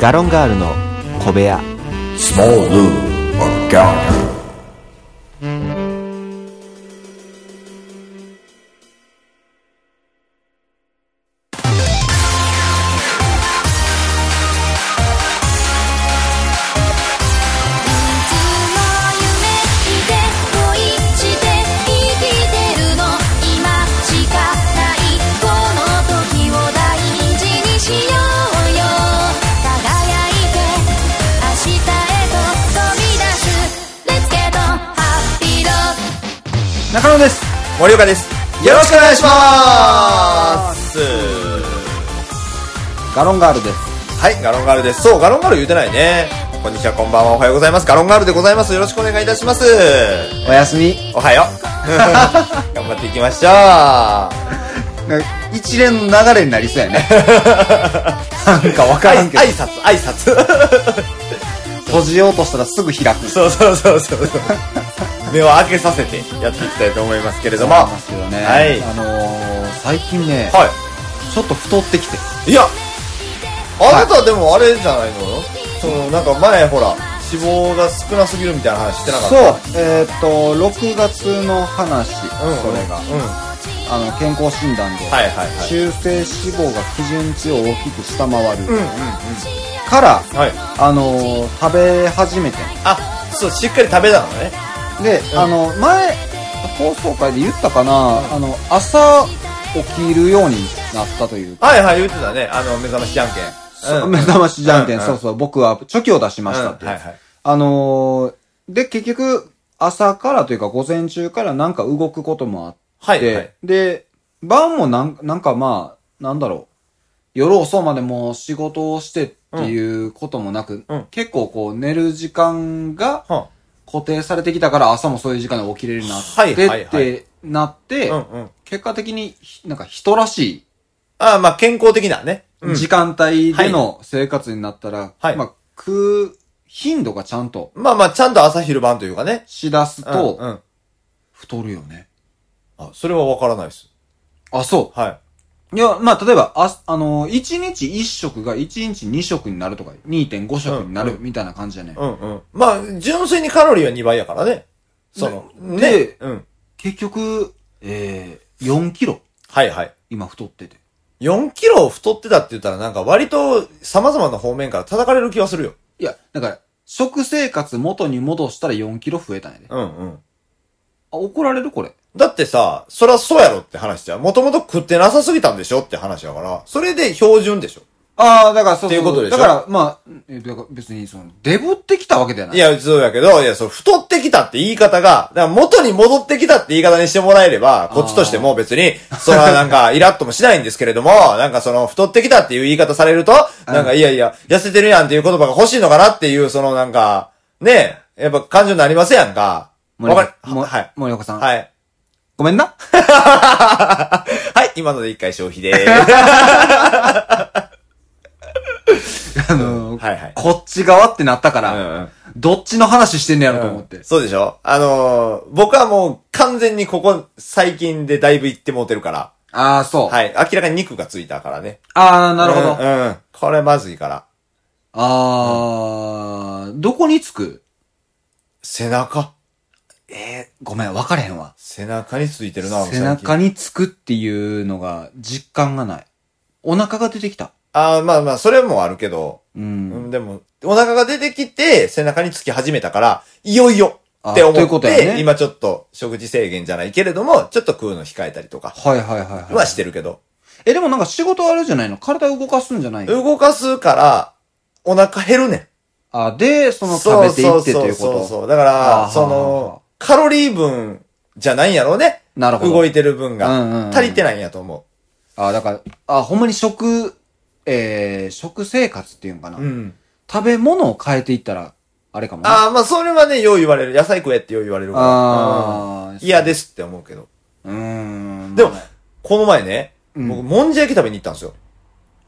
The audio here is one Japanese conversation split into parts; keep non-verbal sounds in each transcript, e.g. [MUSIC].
ガロンガールの小部屋 Small Lou or Gallagher. いつも夢見て恋して生きてるの今しかないこの時を大事にしようよ輝いて明日へと飛び出す Let's get on happy road 中野です森岡ですよろしくお願いしますガロンガールですはいガロンガールですそうガロンガール言うてないねこんにちはこんばんはおはようございますガロンガールでございますよろしくお願いいたしますおやすみおはよう [LAUGHS] 頑張っていきましょう一連の流れになりそうや [LAUGHS] ねなんかわからんけど挨拶挨拶 [LAUGHS] 閉じようとしたらすぐ開くそうそうそうそうそう目を開けさせてやっていきたいと思いますけれどもありはますよね、はいあのー、最近ね、ちょっと太ってきていいやあなたでもあれじゃないの、そのなんか前ほら脂肪が少なすぎるみたいな話してなかったそうえっ、と6月の話、うんそれが、うんあの健康診断で、はいはいはい中性脂肪が基準値を大きく下回る、うんうんうんから、はいあのー食べ始めてあそうしっかり食べたのねんで、うんあの前放送回で言ったかな、あの朝起きるようになったというか、はいはい言ってたねあの目覚ましじゃんけん、うん、目覚ましじゃんけん、うんそうそう僕はチョキを出しましたって、うんはいはいあのーで結局朝からというか午前中からなんか動くこともあって、はいはいで晩もなんなんかまあなんだろう夜遅うまでもう仕事をしてっていうこともなく、うん結構こう寝る時間がは固定されてきたから朝もそういう時間で起きれるようになって、はいはいはいってなって、あうんうん結果的にひなんか人らしああまあ健康的なね、ういん、時間帯での生活になったら、はいまあ食う頻度がちゃんとまあまあちゃんと朝昼晩というかねしだすうとん、うん、太るよね。あそれはわからないですあ、そはう。いや、まあ、例えば、あ、あのー、1日1食が1日2食になるとか、2.5食になるみたいな感じじゃない、いうんうんまあ純粋にカロリーは2倍やからねそのねでうん結局、えー、4キロ、はいはい今太ってて。 4キロ太ってたって言ったらなんか割と様々な方面から叩かれる気はするよ。いや、だから、食生活元に戻したら4キロ増えたんやで。あ、うんうん。怒られるこれ。だってさ、そらそうやろって話じゃん。もともと食ってなさすぎたんでしょって話やから、それで標準でしょ。ああ、だからそうっていうことでしょだから、まあ、えだから別に、その、デブってきたわけではない。いや、そうやけど、いや、そう、太ってきたって言い方が、だから元に戻ってきたって言い方にしてもらえれば、こっちとしても別に、それはなんか、イラッともしないんですけれども、なんかその、太ってきたっていう言い方されると、なんか、いやいや、痩せてるやんっていう言葉が欲しいのかなっていう、そのなんか、ねえ、やっぱ感情になりませんやんか。森わ岡かり、もはい。森岡さん。はい。ごめんな。はい、今ので一回消費でーあのーす。はいはい。こっち側ってなったかうら、んうん。どっちの話してんねやろと思って。そうでしょあのー僕はもう完全にここ最近でだいぶ行ってもうてるから。ああ、そう。はい。明らかに肉がついたからね。ああ、なるほど。うん、うん。これまずいから。ああ、どこにつく背中。えー、ごめん、分かれへんわ。背中についてるな、背中に。につくっていうのが実感がない。お腹が出てきた。あーまあまあ、それもあるけど。う。うんん、でも、お腹が出てきて、背中につき始めたから、いよいよあってという思こっとて、やね今ちょっと食事制限じゃないけれども、ちょっと食うの控えたりとかはいはいはい、はい。はしてるけど。え、でもなんか仕事あるじゃないの体動かすんじゃないの動かすから、お腹減るねん。あ、で、その食べていってというこそうそうと。そうそう。だあかーら、そはーはの、カロリー分じゃないんやろうね。なるほど動いてるうん分うんうがん。足りてないんやと思あ、だから、あ、ほんまに食、えー、食生活っていうんかな、う。うん。食べ物を変えていったら、あれかもね。ああ、まあ、それはね、よう言われる。野菜食えってよう言われるからあー。うん嫌ですって思うけど。うーん。でも、この前ね、うん僕、もんじゃ焼き食べに行ったんですよ。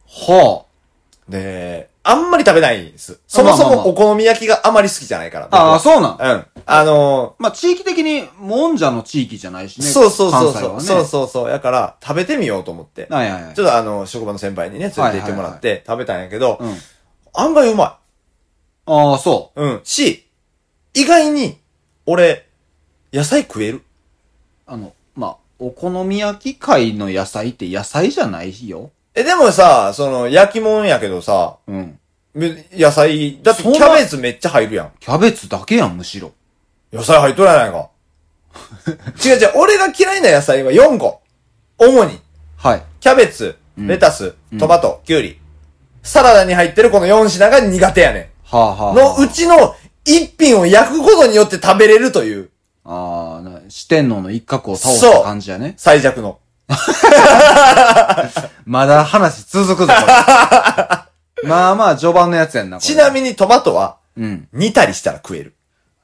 ほで、あんまり食べないんです。そもそまあまあまあもお好み焼きがあまり好きじゃないから。う。ああ、僕そうなん。はうん。あのまあ、地域的に、もんじゃの地域じゃないしー、ね。そうそうそ関う西そはう。ね。そうそうそう。だから、食べてみようと思って。はいはいはいちょっとあの、職場の先輩にね、連れて行ってもらって食べたんやけど、うん。案外うまああ、そい。うん。し、意外に、俺、野菜食える。う。あの、まあ、お好み焼き界の野菜って野菜じゃないよ。え、でもさ、その、焼き物やけどさ、うん。め野菜、だってキそんなャベツめっちゃ入るやん。キャベツだけやん、むしろ。野菜入っとるやな [LAUGHS] いか。違う違う、俺が嫌いな野菜は4個。主に、はい。キャベツ、んレタス、トマト、キュウリ。サラダに入ってるこの4品が苦手やねはあ、はあはん。のあ、うちの1品を焼くことによって食べれるという、ああ、な四天王の一角を倒した感じやね。最弱の。まだ話続くぞ、これ。 [LAUGHS] まあまあ、序盤のやつやんな、これちなみにトマトは、うん。煮たりしたら食える。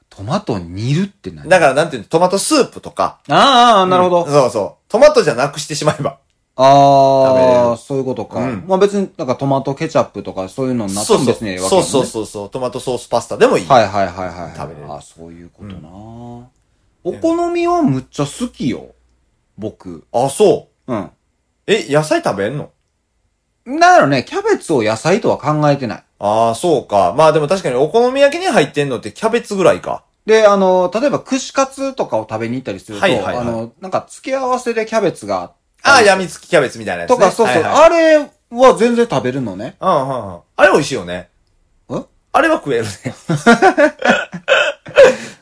トマト煮るって何だからなんていうの、トマトスープとか。ああ、なるほど。そうそう。トマトじゃなくしてしまえば。食べれあるあ、そういうことか。うんまあ別に、なんかトマトケチャップとかそういうのになってそうもそう。別にええわけそうそうう。そうそう。トマトソースパスタでもいい。はいはいはいはい。食べれるあそういうことな、お好みはむっちゃ好きよ。僕。あ、そう。うん。え、野菜食べんのなんだろうね、キャベツを野菜とは考えてない。ああ、そうか。まあでも確かにお好み焼きに入ってんのってキャベツぐらいか。で、あの、例えば串カツとかを食べに行ったりすると、はいはいはいあの、なんか付け合わせでキャベツがあったああ、りやみつきキャベツみたいなやつ、ね。とか、そうそう、はいはいあれは全然食べるのね。うんうんうん。あれ美味しいよね。えあれは食えるね。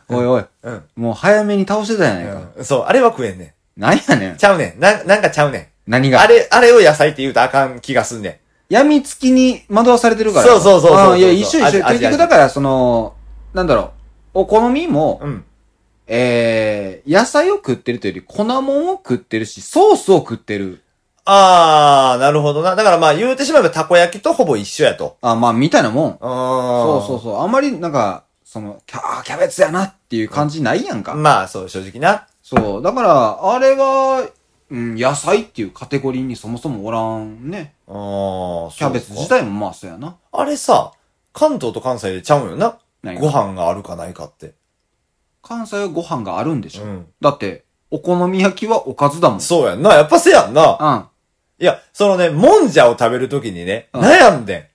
おいおい、うんもう早めに倒してたじゃないか。うんそう、あれは食えんねなんやねんん。ち。ゃうねん。な、なんかちゃうね何ん。があれ、あれを野菜って言うとあかん気がすんねん。病みつきに惑わされてるから。そうそうそうそうそうあいや、一緒一緒。あ結局だから、その、なんだろう。お好みも、うん。えー、野菜を食ってるというより、粉もんを食ってるし、ソースを食ってる。ああ、なるほどな。だからまあ言うてしまえばたこ焼きとほぼ一緒やと。あ、まあ、みたいなもん。うん。そそそううそう。あんまり、なんか、その、キャあキャベツやなっていう感じないやんか。まあそう、正直な。そう。だから、あれは、うん、野菜っていうカテゴリーにそもそもおらんね。うん。キキャベツ自体もまあ、そうやな。あれさ、関東と関西でちゃうんよな。何がご飯があるかないかって。関西はご飯があるんでしょ。うんだって、お好み焼きはおかずだもん。そうやんな。やっぱせやんな。うん。いや、そのね、もんじゃを食べるときにね、うん悩んで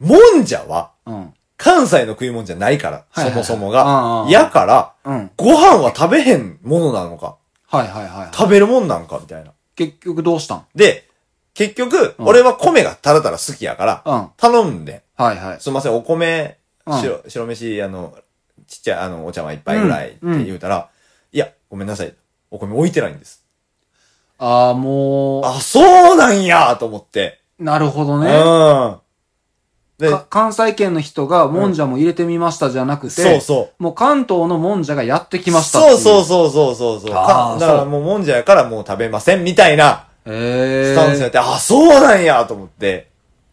ん。もんじゃは、うん。関西の食い物じゃないから、はいはいはいそもそうんうもんがう。んやから、うん。ご飯は食べへんものなのか、はいはいはい。食べるもんなんか、みたいな。結局どうしたんで、結局、うん俺は米がたらたら好きやから、うん。頼んで、はいはい。すいません、お米、うん白、白飯、あの、ちっちゃい、あの、お茶碗一杯ぐらいって言うたら、いや、ごめんなさい。お米置いてないんです。ああ、もう、あ、そうなんやと思って。なるほどうね。ん。で、か関西圏の人がもんじゃも入れてみましたじゃなくて、。そうそうもう関東のもんじゃがやってきましたっていそうそうそうそうそうそう。あかーだからそうもうもんじゃやからもう食べませんみたいなう。へスタンスやっえ。て、あ、そうなんやと思って。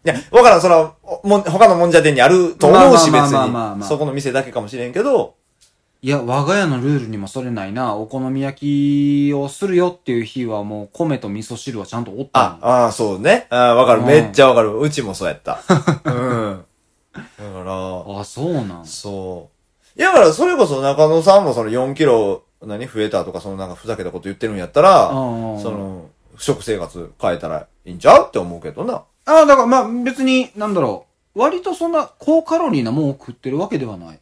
いや、わからん、その、おもん、他のもんじゃ店にあると思うし別まあまあまあまあまあに。まあそこの店だけかもしれんけど、いや、我が家のルールにもそれないな。お好み焼きをするよっていう日はもう米と味噌汁はちゃんとおったあ、あーそうね。あーわかる。うんめっちゃわかる。うちもそうや [LAUGHS] った。うん。だから、あ。あ、そうなん。そう。いや、だから、それこそ中野さんもその4キロ、何増えたとか、そのなんかふざけたこと言ってるんやったら、うんうんその、食生活変えたらいいんちゃうって思うけどな。ああ、だからまあ別に、なんだろう。割とそんな高カロリーなもんを食ってるわけではない。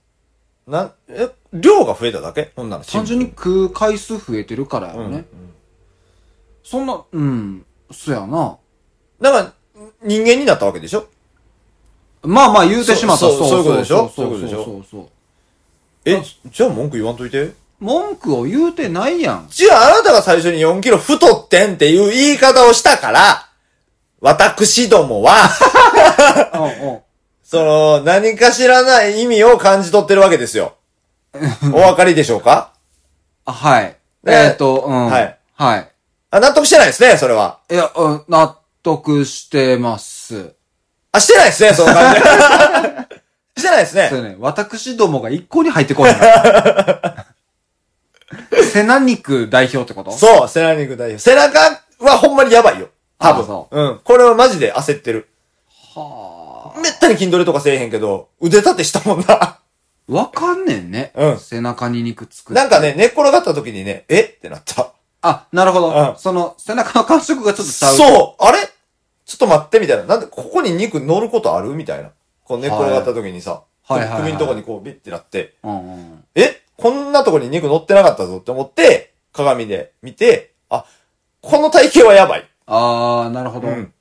な、え、量が増えただけほんならシ単ンプル純に食う回数増えてるからやうろん。ね。そんな、うん、そやな。だから、人間になったわけでしょまあまあ言うてしまったそうそうそういうことでしょそうそうそうそういうそこうそう。えあ、じゃあ文句言わんといて。文句を言うてないや [LAUGHS] ん。じゃああなたが最初に4キロ太ってんっていう言い方をしたから、私ども [LAUGHS] は、その、何かしらない意味を感じ取ってるわけですよ。お分かりでしょうかあ、はい。ねえっと、うん。はい。はい。あ、納得してないですね、それは。いや、うん納得してます。あ、してないですね、そ [LAUGHS] の感じ。してないですねそ。うね、私どもが一向に入って [LAUGHS] こない。背中肉代表ってことそう、背中肉大丈夫。背中はほんまにやばいよ。多あ分そ。うん。これはマジで焦ってる。はめったに筋トレとかせえへんけど、腕立てしたもん [LAUGHS] な。あ。わかんねんね。うん背中に肉つく。なんかね、。寝っ転がった時にね、えってなった。あ、なるほうんど。その、背中の感触がちょっとちゃう。う。そうあれちょっと待ってみたいな。なんで、ここに肉乗ることあるみたいな。こう寝っ転がった時にさ、はいはいはい首のとこにこうビッてなって、うんうん。えこんなとこに肉乗ってなかったぞって思って、鏡で見て、あ、この体型はやばい。あー、なるほど。うん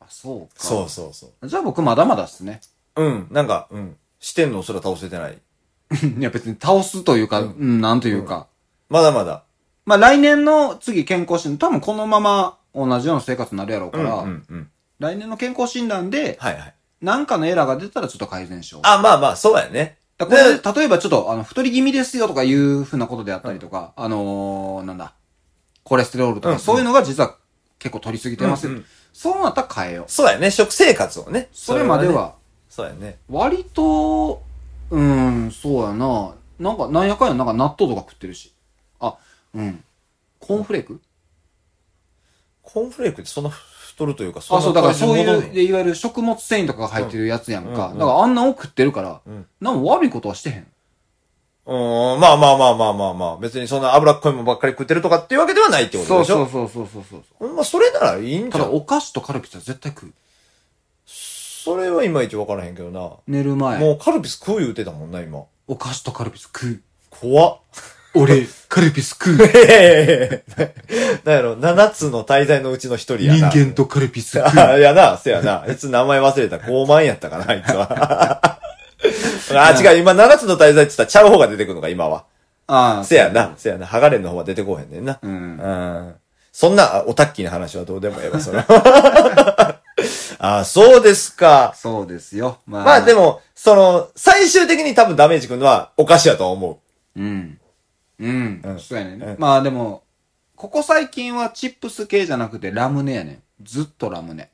あ、そうか。そうそうそじゃあ僕まだまだっすね。 [LAUGHS] う。うん、なんか、うん。視点のすら倒せてない。いや別に倒すというか、うん、なんというか。まだまだ。まあ来年の次健康診断、多分このまま同じような生活になるやろうかうん、うら、ん、うん。来年の健康診断で、はいはい。なんかのエラーが出たらちょっと改善しよう。あ、まあまあ、そうやね。だからこれでで例えばちょっと、あの、太り気味ですよとかいうふうなことであったりとか、あのー、なんだ、コレステロールとか、うんうんそういうのが実は結構取りすぎてますよ。うんうんそうなったら変えよう。そうやね。食生活をね。それまでねは、そうやね。割と、うーん、そうやな。なんか、なんやかんや、なんか納豆とか食ってるし。あ、うん。コーンフレークコーンフレークってそんな太るというか、あ、そう、だからそういんな感う、じに戻んねんいわゆる食物繊維とかが入ってるやつやんか。うんうんだからあんなんを食ってるから、うんなんも悪いことはしてへん。うーん、まあまあまあまあまあまあ、別にそんな脂っこいもんばっかり食ってるとかっていうわけではないってことそでうしょそうそうそうそうそう。ほんま、それならいいんじたゃだ、ん。お菓子とカルピスは絶対食う。それはいまいちわからへんけどな。寝る前、もうカルピス食う言うてたもんな、今。お菓子とカルピス食う。 [LAUGHS] 怖っ。俺、カルピス [LAUGHS] 食う。ええ。なんやろ、7つの滞在のうちの一人や人な。間とカルピス食う。あ [LAUGHS] いやな、せやな。あいつ名前忘れた。傲慢やったかな、あいつは。 [LAUGHS] あ、違う。今、7つの滞在って言ったら、ちゃう方が出てくるのか、今は。ああ、せやな、せやな。ハガレンの方は出てこうへんねんな。う。うんん。そんな、あおたっきな話はどうでもええわ、それは [LAUGHS] あ、そうですか。そうですよ。まあ、まあで。も、その、最終的に多分ダメージくんのはおかしやと思うん。うん。うんそうやねんね、うんまあでも、ここ最近はチップス系じゃなくてラムネやねん。ずっとラムネ。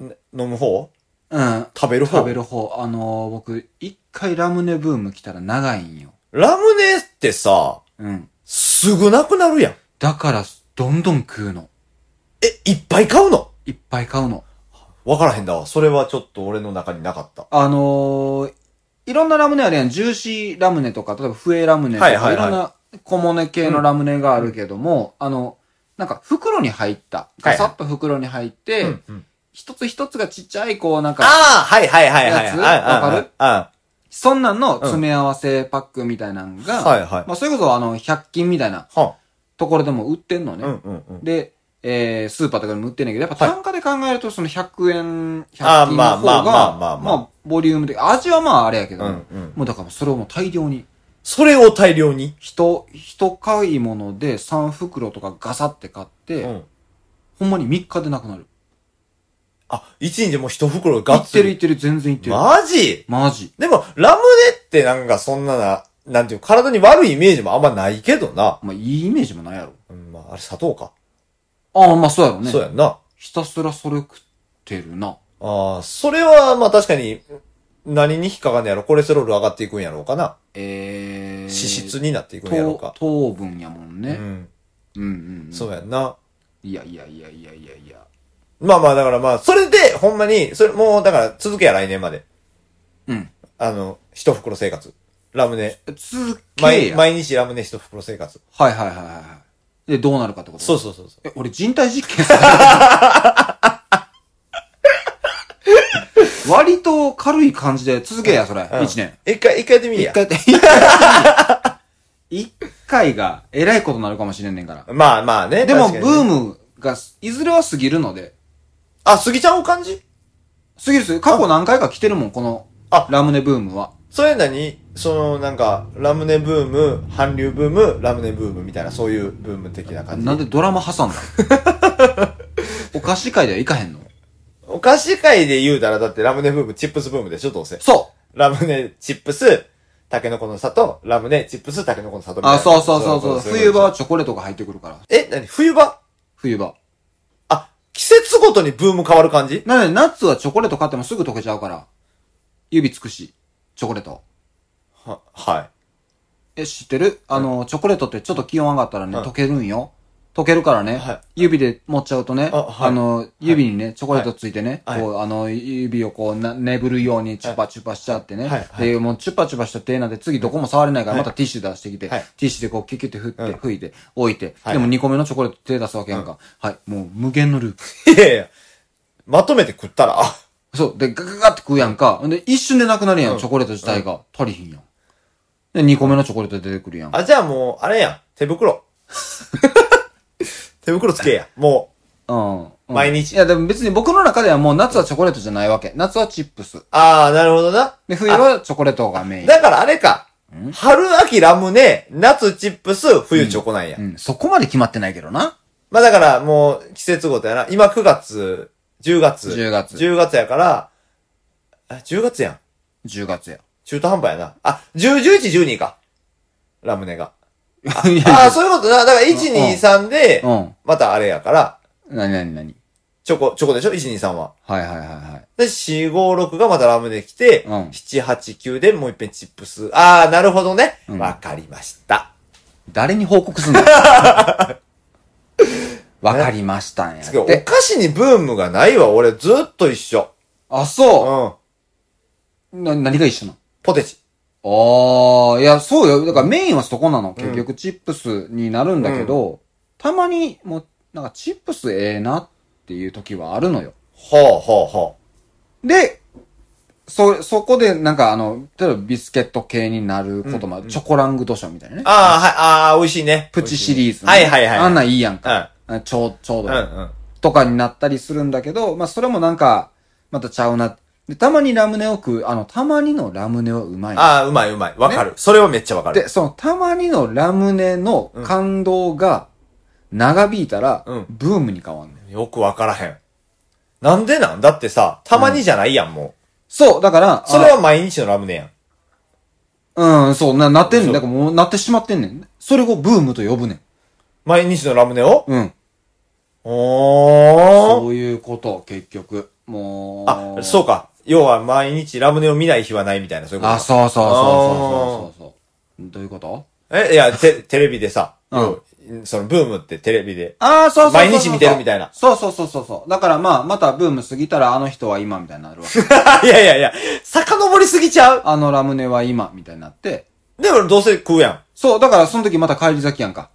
う。ん飲む方うん。食べる方食べる方。あのー、僕、一回ラムネブーム来たら長いんよ。ラムネってさ、うん。すぐなくなるやん。だから、どんどん食うの。え、いっぱい買うのいっぱい買うの。わからへんだわ。それはちょっと俺の中になかった。あのー、いろんなラムネあるやん。ジューシーラムネとか、例えば笛ラムネとか、はいいはいはいろんな小物系のラムネがあるけども、あの、なんか袋に入った。はいガサッと袋に入って、うんうん一つ一つがちっちゃい、こうなんか、ああはいはいはいはい。やつああわかるあそんなんの詰め合わせパックみたいなのが、うんはいはいまあ、それこそあの、100均みたいなあはところでも売ってんのんね。うんうんうん。で、えー、スーパーとかでも売ってんねんけど、やっぱは単価で考えるとその100円、あ100ー均の方まあが、まあまあまあまあまあ、ボリュームで、味はまああれやけど、うんうんもうだからそれをもう大量に、それを大量に。人、人買い物で3袋とかガサって買って、うん。ほんまに3日でなくなる。あ、一日でもう一袋いガッってツるいリ。ってる、全然いってる。マジマジ。でも、ラムネってなんかそんなな、なんていう、体に悪いイメージもあんまないけどな。まあ、いいイメージもないやろ。うん、まあ、あれ砂糖か。ああ、まあそうやろね。そうやんな。ひたすらそれ食ってるな。ああ、それは、まあ確かに、何に引っかかんねやろコレステロール上がっていくんやろうかな。えー、脂質になっていくんやろうか糖。糖分やもんうね。ん。うん、うんうん。そうやんな。いやいやいやいやいやいや。まあまあ、だからまあ、それで、ほんまに、それ、もう、だから、続けや、来年まで。うん。あの、一袋生活。ラムネ。続け毎や。はい毎日ラムネ一袋生活。はいはいはい。で、どうなるかってこと。そううそうそうそう。え、俺人体実験されてる [LAUGHS] 割と軽い感じで続けや、それ。うん一年。。一回、一回やってみい一や。回って、一回一回が、えらいことになるかもしれんねんから。まあまあね。でも、確ブかにねームが、いずれは過ぎるので。あ、過ぎちゃう感じ過ぎるっすよ過去何回か来てるもん、このあ、ラムネブームは。それなに、その、なんか、ラムネブーム、韓流ブーム、ラムネブームみたいな、そういうブーム的な感じ。なんでドラマ挟んだお菓子界ではいかへんのお菓子界で言うたら、だってラムネブーム、チップスブームでしょ、どうせ。そうラムネ、チップス、タケノコの里、ラムネ、チップス、タケノコの里みたいあ、な。そうそうそうそう。冬場はは。チョコレートが入ってくるから。え、なに冬場冬場。あ、季節ごとにブーム変わる感じなので、夏はチョコレート買ってもすぐ溶けちゃうから。指つくし、チョコレート。は、はい。え、知ってるあの、チョコレートってちょっと気温上がったらね、うん溶けるんよ。溶けるからね、はい指で持っちゃうとね、ああ,、はいの、指にね、チョコレートついてね、はいこう、あの、指をこう、な、眠るようにチュパチュパしちゃってね、はいはいで、もうチュパチュパした手なんて次どこも触れないから、またティッシュ出してきて、はいティッシュでこう、キュキュって振って、うん吹いて、置いて、はいでも2個目のチョコレート手出すわけやんか。はい、もう無限のループ。いやいや、まとめて食ったら、あそう。で、ガガガって食うやんか。ほんで、一瞬でなくなるやん、チョコレート自体が。足りひんやん。で、二個目のチョコレート出てくるやん。あ、じゃあもう、あれやん。手 [LAUGHS] 袋。手袋つけや。もう。うん。うん毎日いや、でも別に僕の中ではもう夏はチョコレートじゃないわけ。夏はチップス。ああ、なるほどな。で、冬はチョコレートがメイン。だからあれか。春、秋、ラムネ、夏、チップス、冬、チョコなんや。うん。そこまで決まってないけどな。まあだからもう、季節ごとやな。今9月、10月。 10月10月やから、あ、10月やん。 10月や。中途半端やな。あ、10、11、12か。ラムネが。 [LAUGHS] いやああ、そういうことな。だから1、2、3でうん、またあれやから、なになになにチョコ、チョコでしょ ?1、2、3は。はいはいはいはい。で、4、5、6がまたラムネ来て、うん7、8、9でもう一遍チップス。ああ、なるほどね。うんわ、かりました。誰に報告 [LAUGHS] すんのわかりましたんやつうかっおて。菓子にブームがないわ。俺ずっと一緒。あ、うそん。う。な、何が一緒なのポテチ。ああ、いや、そうよ。だからメインはそこなの。結局、チップスになるんだけど、たまに、もう、なんか、チップスええなっていう時はあるのよ。ほうほうほで、そ、そこで、なんか、あの、例えばビスケット系になることもある、チョコラングドションみたいなねう。。ああ、はい、ああ、美味しいね。プチシリーズ、ね。はいはいはい。あんなんいいやんか。あちょう、ちょううどんいい、うん。とかになったりするんだけど、まあ、それもなんか、またちゃうな。で、たまにラムネを食う。あの、たまにのラムネはうまいなああ、うまいうまい。わかる。それはめっちゃわかる。で、その、たまにのラムネの感動が長引いたら、うんブームに変わんねん。よくわからへん。なんでなんだってさ、たまにじゃないやん、もそう、だから、う。それは毎日のラムネやん。あ、うん、そう、な、なってんねそん。うだからもう、なってしまってんねん。それをブームと呼ぶねん。毎日のラムネをうん。おー。そういうこと、結局。もう。あ、そうか。要は毎日ラムネを見ない日はないみたいな、そういうことか。あ、そうそうそうそうそうそう。どういうことえ、いや、テテレビでさ、うんそのブームってテレビで。 [LAUGHS] ああ、そうそうそうそう。毎日見てるみたいなそうそうそうそうそう。だからまあ、またブーム過ぎたらあの人は今みたいになるわけ。 [LAUGHS] いやいやいや、遡りすぎちゃうあのラムネは今みたいになって。でもどうせ食うやん。そう、だからその時また帰り咲きやんか。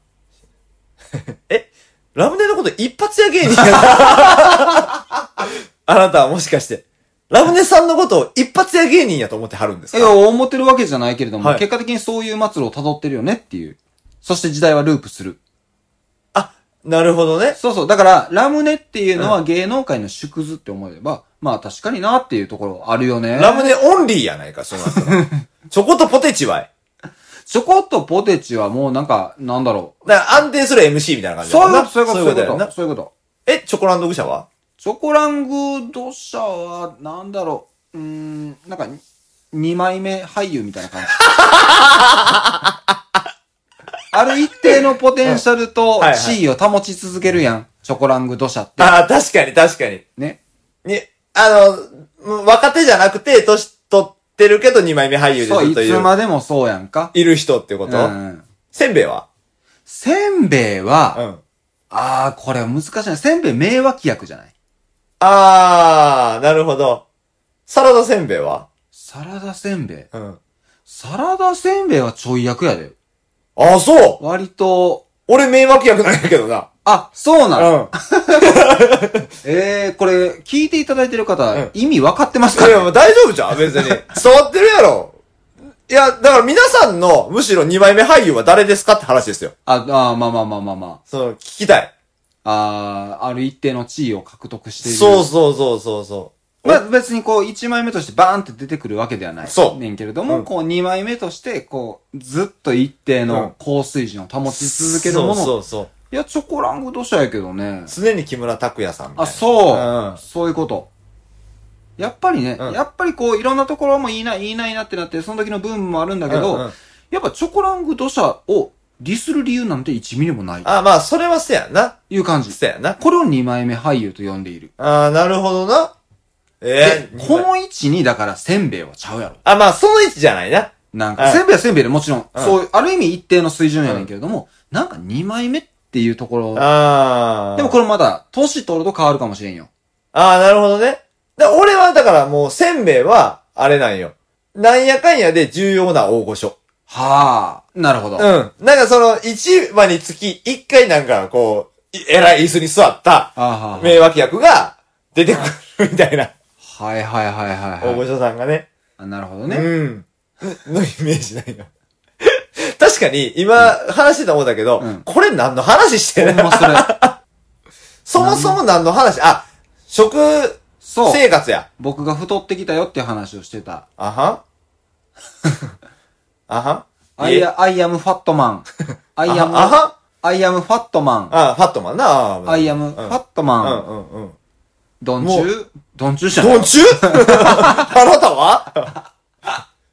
え、ラムネのこと一発屋芸人や [LAUGHS] あなたはもしかして、ラムネさんのことを一発屋芸人やと思ってはるんですいや、か思ってるわけじゃないけれども、はい結果的にそういう末路を辿ってるよねっていう。そして時代はループする。あ、なるほどね。そうそう。だから、ラムネっていうのは芸能界の縮図って思えば、まあ確かになっていうところあるよね。ラムネオンリーやないか、その [LAUGHS] 後はチョコとポテチはい。チョコとポテチはもうなんか、なんだろだから安定する MC みたいなう。感じそういうこと、そだういうこもんなやんと、そういうこなと。。そういうこと。え、チョコランドグシャはチョコラングド社は、なんだろう。うーん、なんか、二枚目俳優みたいな [LAUGHS] 感じ。ある一定のポテンシャルとはいはい地位を保ち続けるやん。チョコラングド社って。ああ、確かに確かに。ね。に、あの、もう若手じゃなくて、年取ってるけど2枚目俳優でずそう、っいといつる、までもそうやんか。いる人ってこと、うん。せんべいはせんべいうは、ん。あー、これ難しいな。せんべい名脇役じゃないあー、なるほど。サラダせんべいはサラダせんべい。うん。サラダせんべいはちょい役やで。ああ、そう割と、俺迷惑役なんやけどな。あ、そうなの、うん。ええー、これ、聞いていただいてる方、うん意味分かってますかいや、もねう大丈夫じゃん別に。伝わってるやろ。いや、だから皆さんの、むしろ2枚目俳優は誰ですかって話ですよ。あ、あーまあまあまあまあまその、聞きたい。あ。あーある一定の地位を獲得している。そうそうそうそうそう。まあ別にこう、一枚目としてバーンって出てくるわけではない。そうねんけれども、うんこう、二枚目として、こう、ずっと一定うんの高水準を保ち続けるもの。そうそういや、チョコラングどうしたやけどね。そう。常に木村拓哉さんみたいあ、な。そう、うんそういうこと。やっぱりね、うんやっぱりこう、いろんなところもいいな、いいな、いいなってなって、その時のブームもあるんだけど、うんうんやっぱチョコラング土砂をディスる理由なんて1ミリもない。あ、まあ、それはせやな。いう感じ。せやな。これを2枚目俳優と呼んでいる。ああ、なるほどな。えでえ、この位置に、だから、せんべいはちゃうやろ。あ、まあ、その位置じゃないな。なんうか、んせんべいはせんべいでもちろん、うんそういう、ある意味一定の水準やねんけれども、なんか2枚目っていうところ、ああ。でもこれまだ、年取ると変わるかもしれんよ。ああ、なるほどね。で俺はだからもう、せんべいは、あれなんよ。なんやかんやで重要な大御所。はあ、なるほど。うん。なんかその、一話につき、一回なんかこう、い偉い椅子に座った、あーはーはー名脇役が、出てくるみたいな。はいはいはいはい大は御い。所さんがね。あなるほどうね。ん。のイメージないな。確かに、今、話してた思うんだけど、うんこれ何の話してほるんま [LAUGHS] それ。そもそも何の話あ、食そう。生活や。僕が太ってきたよっていう話をしてた。あ [LAUGHS] はあはアいえイア、アイアムファ [LAUGHS] ットマン。アイアム、ああはアイアムファットマン。あ、ファットマンな。あアイアムファットうマんン。うんうん。ドンチもュドンチュじゃないどんちゅ [LAUGHS] あなたは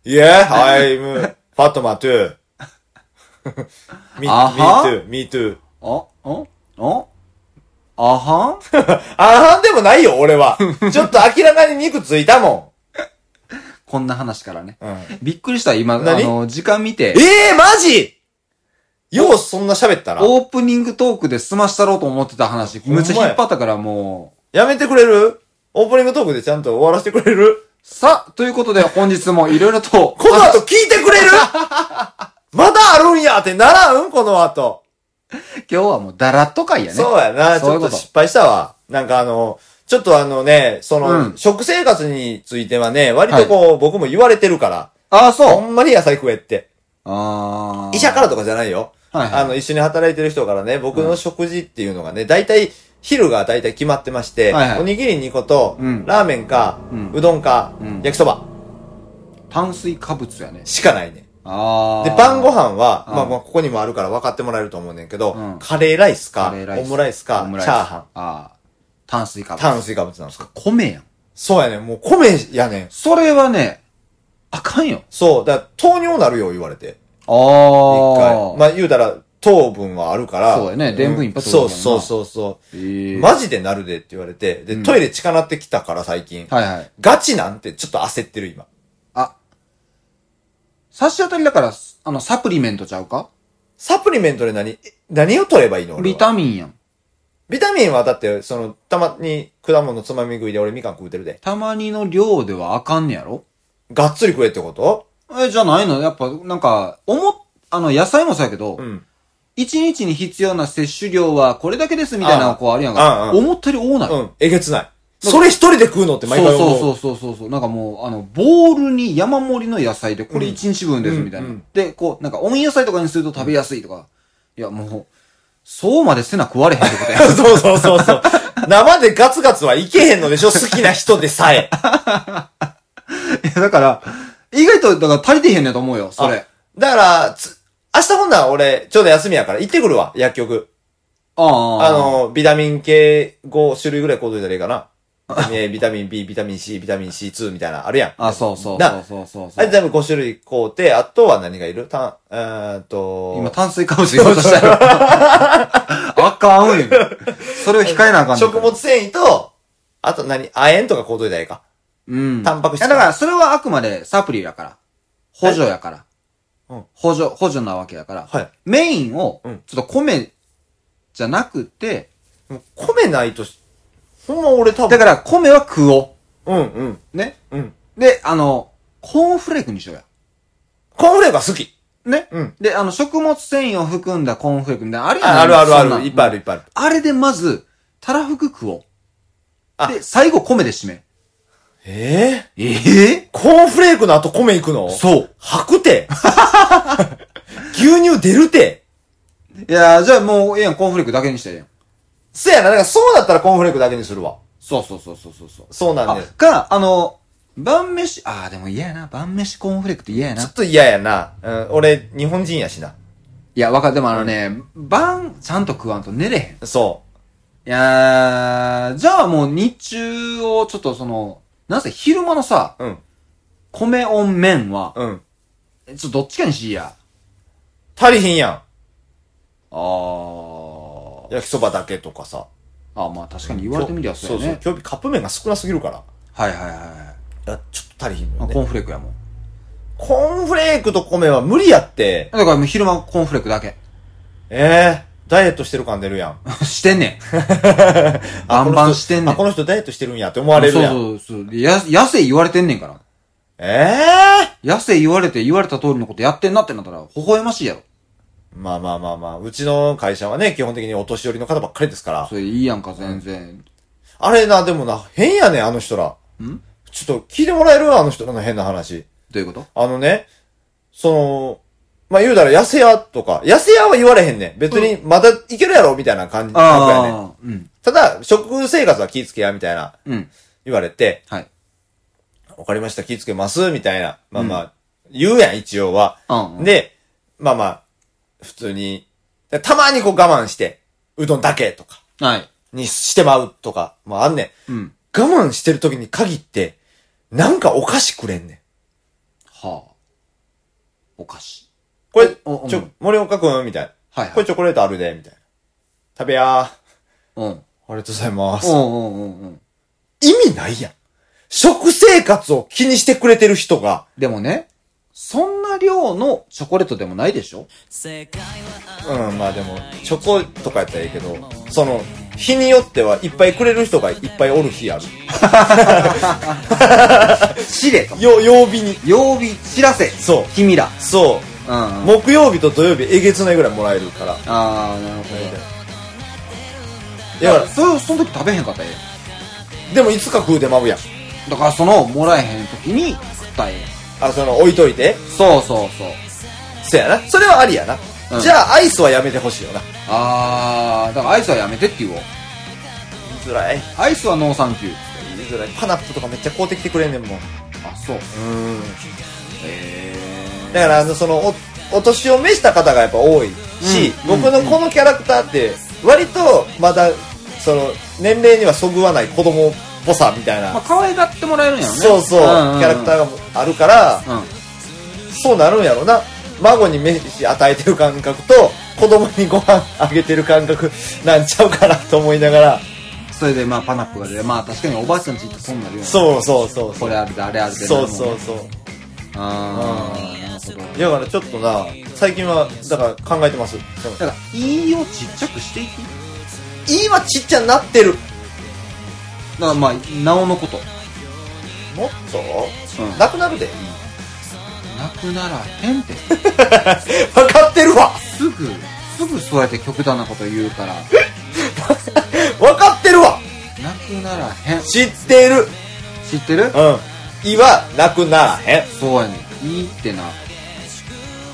?Yeah, I'm fat man too. [LAUGHS] me, me あは too, me too. あ、あ、あ、あはんあはんでもないよ、俺は。ちょっと明らかに肉ついたもこんな話からね。ん。うん、びっくりした、今、あ何の、時間見て、ええー、マジようそんな喋ったら。オープニングトークで済ましたろうと思ってた話、んまめやっちゃ引っ張ったからもう。やめてくれるオープニングトークでちゃんと終わらせてくれるさあ、ということで本日もいろいろと、 [LAUGHS] この後聞いてくれ [LAUGHS] るまだあるんやってならんこの後。 [LAUGHS] 今日はもうダラッと会やね。そうやな、ちそういょうっことと失敗したわ。なんかあの、ちょっとあのね、その、うん食生活についてはね、割とこう、僕も言われてるから、あほあ、そう。んまに野菜食えって。ああ。医者からとかじゃないよ。はいはいあの、一緒に働いてる人からね、僕の食事っていうのがね、大体、昼が大体決まってまして、はいはいおにぎり2個と、うんラーメンか、ううんどんか、うん焼きそば炭水化物やね。しかないね。ああ。で、晩ご飯は、うんまあまあ、ここにもあるから分かってもらえると思うねんけど、うんカレーライスか、カレーライスオムライスか、オチムャライスーハン、ああ。炭水化物。炭水化物なんですか。米やん。そうやねん。もう米やねん。それはね、あかんよ。そう。だから糖尿なるよ、言われて。あ一あ回。。まあ言うたら、糖分はあるから。そうやねでんぶんいっぱい取そるうからなそうそうそう。ええマジでなるでって言われて。で、トイレ近なってきたから最近。はいはい。ガチなんてちょっと焦ってる今。あ。差し当たりだから、あの、サプリメントちゃうかサプリメントで何、え何を取ればいいの俺はビタミンやん。ビタミンはだって、その、たまに果物つまみ食いで俺みかん食うてるで。たまにの量ではあかんねやろがっつり食えってことえ、じゃないのやっぱ、なんか、思っ、あの、野菜もそうやけど、うん。一日に必要な摂取量はこれだけですみたいなのこうあるやんうか。んうん思ったより多ない。うん。えげつない。それ一人で食うのってそう毎回思う。そうそうそうそう。なんかもう、あの、ボールに山盛りの野菜で、これ一日分ですみたいな。うんうんうんで、こう、なんか温野菜とかにすると食べやすいとか。いや、もう、そうまでせな食われへんってことや。 [LAUGHS] そうそうそうそう。生でガツガツはいけへんのでしょ好きな人でさえ。いやだ [LAUGHS] から、意外と、だから足りてへんねやと思うよ、 [LAUGHS] それ。だから、つ明日ほんなら俺、ちょうど休みやから行ってくるわ、薬局。あああ、の、ビタミン系5種類ぐらい買うといたらいいかな。ビタミン [LAUGHS] A、ビタミン B、ビタミン C、ビタミン C2 みたいな、あるやん。あ、そうそうそなうそうそうあそうれ全部5種類買うて、あとは何がいるたん、えーっと、今、炭水化物言おうとしたよ。 [LAUGHS] あかんよ。それを控えなあかんねん食物繊維と、あと何亜鉛とか買うといたらいいか。うん。タンパク質いやだから、それはあくまでサプリやから。補助やから。うん補助、補助なわけやから。はいメインをうん、ちょっと米じゃなくて、もう米ないとし、ほんま俺多分。だから米は食おら、うんうん。う。ね。うん。で、あの、コーンフレークにしようや。コーンフレークは好き。ね。うんで、あの、食物繊維を含んだコーンフレークみたいな、あれやんああるあるそんなあんる。いっぱいあるいっぱいある。あれでまず、たらふく食おあう。で、最後米で締め。ええええコーンフレークの後米行くのそう。吐く [LAUGHS] て。牛乳出るて。いやーじゃあもう、ええやん、コーンフレークだけにしてええやん。せやな、だからそうだったらコーンフレークだけにするわ。そうそうそうそうそうそう。そうなんあだよ。、か、あの、晩飯、ああ、でも嫌やな。晩飯コーンフレークって嫌やな。ちょっいと嫌やな。うん、俺、日本人やしな。や、わかる。でもあのね、晩、ちゃんと食わんと寝れへん。いそやーじゃあもう日中をちょっとその、なんせ昼間のさ、う。うん、米おん麺は、うん。ちょっとどっちかにしいや。足りひんやん。あー。焼きそばだけとかさ。あーまあ確かに言われてみりゃそうやね。そうそう。今日カップ麺が少なすぎるから。はいはいはい。いや、ちょっと足りひんのあよ、コね。ーンフレークやもん。コーンフレークと米は無理やって。だからもう昼間コーンフレークだけ。 [LAUGHS] ええダイエットしてる感出るやん。してんねん。バンバンしてんねんあ、この人ダイエットしてるんやって思われるやん。そうそうそう。や、痩せ言われてんねんから。ええ痩せ言われて言われた通りのことやってんなってなったら、微笑ましいやろ。まあまあまあまあ、うちの会社はね、基本的にお年寄りの方ばっかりですからそ。れいいやんか、全然。あれな、でもな、変やねん、あの人ら。ちょっと聞いてもらえるあの人の変な話。どういうことあのね、その、まあ、言うたら、痩せ屋とか、痩せ屋は言われへんねん。別に、まだいけるやろみたいな感じ。なんかやねんああ、うん。ただ、食生活は気ぃつけや、みたいな、うん。言われて、はい。わかりました、気ぃつけます、みたいな。まあまあ、言うやん、一応は。うんうんで、まあまあ、普通に、でたまにこう我慢して、うどんだけとか、はい。にしてまうとか、まああんねん。うん。我慢してる時に限って、なんかお菓子くれんねん。はあ。お菓子。これ、ちおおうょん、森岡くんみたいな。はいはいこれチョコレートあるで、みたいな。食べやー。あうん。うんりがとうございます。うんうんうん。意味ないやん。食生活を気にしてくれてる人が、でもね、そんな量のチョコレートでもないでしょうん、まあでも、チョコとかやったらいいけど、その、日によってはいっぱいくれる人がいっぱいおる日ある。シレと。よ、曜日に。曜日、知らせ。そう君ら。そうんうん。う。木曜日と土曜日えげつないぐらいもらえるから。ああ、なるほど。だから、そ、その時食べへんかったらええやでもいつか食うてまうやん。んだからその、もらえへん時に食ったらええやんあ、その、置いといて。そうそうそう。せやな。それはありやな。うんじゃあ、アイスはやめてほしいよな。ああ、だからアイスはやめてって言おう。辛い。アイスはノーサンキュー。ぐらいパナップとかめっちゃ買うてきてくれんねんもんあ、そう。うんえだからあのそのおお年を召した方がやっぱ多いし、うん僕のこのキャラクターって割とまだその年齢にはそぐわない子供っぽさみたいな、まあ、可愛がってもらえるんやろね。そうそう,、んんんキャラクターがあるから、うん。そうなるんやろな孫に飯与えてる感覚と子供にご飯あげてる感覚なんちゃうかなと思いながらそれで、まあ、パナップが出て、まあ、確かにおばあちゃんち行ってそうなるよね。う。そうそうそうそこうれあれだ、あれあれで。そうそうう。そうああ、なるほど。だからちょっとな、最近は、だから考えてます。だから、いいをちっちゃくしていく。いいはちっちゃになってる。だから、まあ、なおのこと。もっと、うんなくなるで。なくならへんって。 [LAUGHS] 分かってるわすぐ、すぐそうやって極端なこと言うから、分かってるわなくならへん。知ってる知ってるうん。いはなくならへん。そうやねん。いいってな。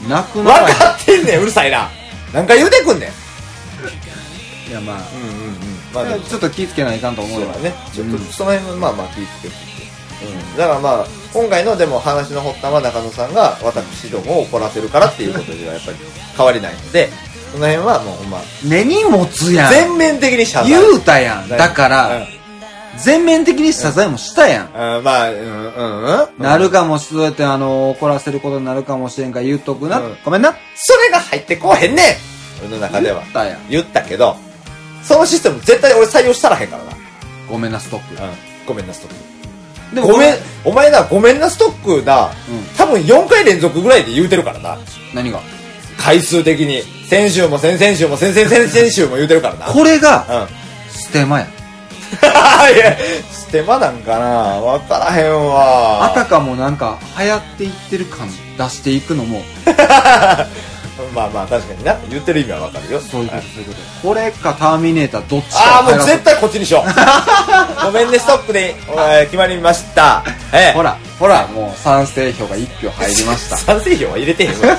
なく分ならへかってんねん、うるさいな。なんか言うてくんねん。ん。いや、まあ、うんうんうん。まあでも、ちょっと気ぃつけないかんと思そううよだね。ちょっうとん、その辺はまあまあ聞いてくれて。うん。だからまあ、今回のでも話の発端は中野さんが私どもを怒らせるからっていうことではやっぱり変わりないので、その辺はもうほんま、根に持つやん。全面的に謝罪。言うたやん。だかうんら、全面的に謝罪もしたやん。あーまあ、うん、うん、うん。なるかもし、そうやってあの、怒らせることになるかもしれんから言うとくなうん。ごめんな。それが入ってこうへんねん俺の中では言ったやん。言ったけど、そのシステム絶対俺採用したらへんからな。ごめんな、ストッうん。ごめんな、ストック。でク。ごめんこれ、お前な、ごめんな、ストックな、多分4回連続ぐらいで言うてるからな。何が回数的に。先週も先々週も先々先々週も言うてるからな。これうが、ん。 [LAUGHS] ステマやん。いや、ステマなんかなわからへんわ。あたかもなんか、流行っていってる感出していくのも、まあまあ、確かにな。言ってる意味はわかるよ。そういうこと、そういうこと。これかターミネーターどっちかあをあ、変えもろうと絶対こっちにしよう。ごめんね、ストップで、えー決まりま [LAUGHS] した。ええほら、ほら、もう賛成票が1票入りました。賛成票は入れてへんわ。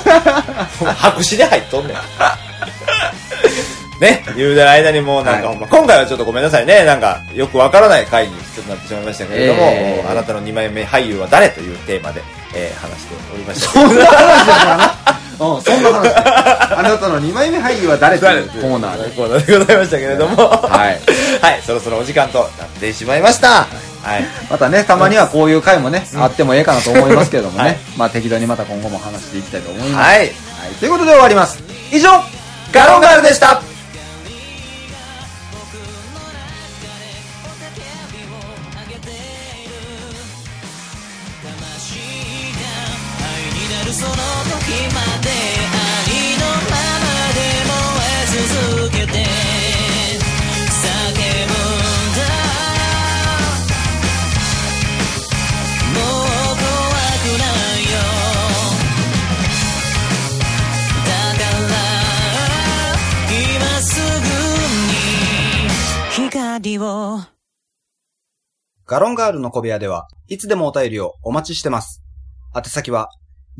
[LAUGHS] 白紙で入っとんねん。ね、言うてる間にもうなんかはほいんま、今回はちょっとごめんなさいね、なんかよくわからない回にちょっとなってしまいましたけれども、ええあなたの2枚目俳優は誰というテーマで、えー話しておりました。そんな話だから [LAUGHS] な。うん、そんな話だ。あなたの2枚目俳優は誰というコーナーで。コーナーでございましたけれども、はい。 [LAUGHS] はい、そろそろお時間となってしまいました。はい。またね、たまにはこういう回もね、あってもええかなと思いますけ [LAUGHS] れどもね。はいまあ適当にまた今後も話していきたいと思います。はい。はい、ということで終わります。以上ガロンガールでした光をガロンガールの小部屋では、いつでもお便りをお待ちしてます。宛先は、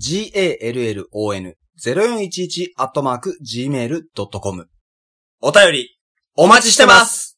gallon0411-gmail.com。お便り、お待ちしてます